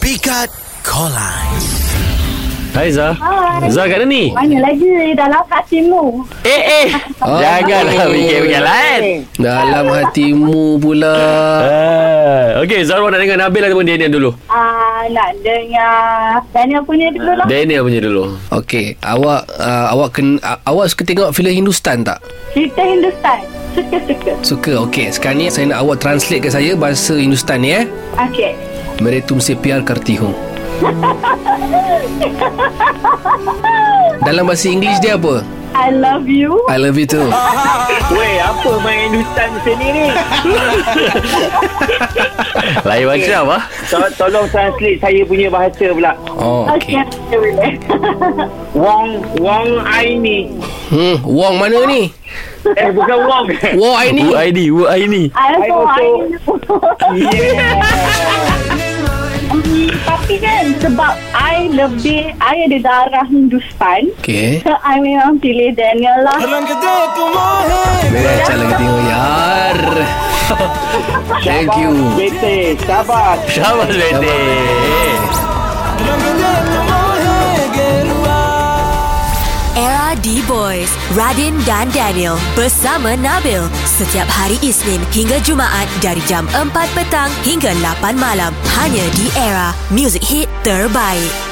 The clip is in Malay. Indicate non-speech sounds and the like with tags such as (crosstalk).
Pikat Kolan. Hai Zah Hai. Zah kat mana ni? Mana lagi Dah lapar timu Eh eh Oh. Janganlah fikir-fikir Kan? lain Eh, Dalam hatimu pula Ah, Okey Zah awak nak dengar Nabil ataupun Daniel dulu? Ah, Nak dengar Daniel punya dulu lah Daniel punya dulu Okey, awak uh, awak ken, uh, awak suka tengok filem Hindustan tak? Cerita Hindustan Suka-suka Suka. Okey, sekarang ni saya nak awak translate kat saya bahasa Hindustan ni eh. Okay मेरे तुमसे प्यार करती हूँ Dalam bahasa Inggeris dia apa? I love you I love you too. Weh, apa main hutan macam ni ni? Lain macam ah. To- tolong translate saya punya bahasa pula. Oh, Okay, okay. okay. boleh. Wong, Wong Aini. Hmm, Wong mana ni? Eh, bukan Wong. Wong I Eh, ni. Wu Aini Wu Aini (laughs) I I also I also- Hmm, (laughs) Tapi kan Sebab I lebih I ada darah Hindustan Okey. So I memang pilih Daniel lah Merah calon ketiga yar. Thank you. Bete, sabar. Syabas Bete Era D-Boys, Radin dan Daniel bersama Nabil setiap hari Isnin hingga Jumaat dari jam 4 petang hingga 8 malam hanya di Era Music Hit Terbaik.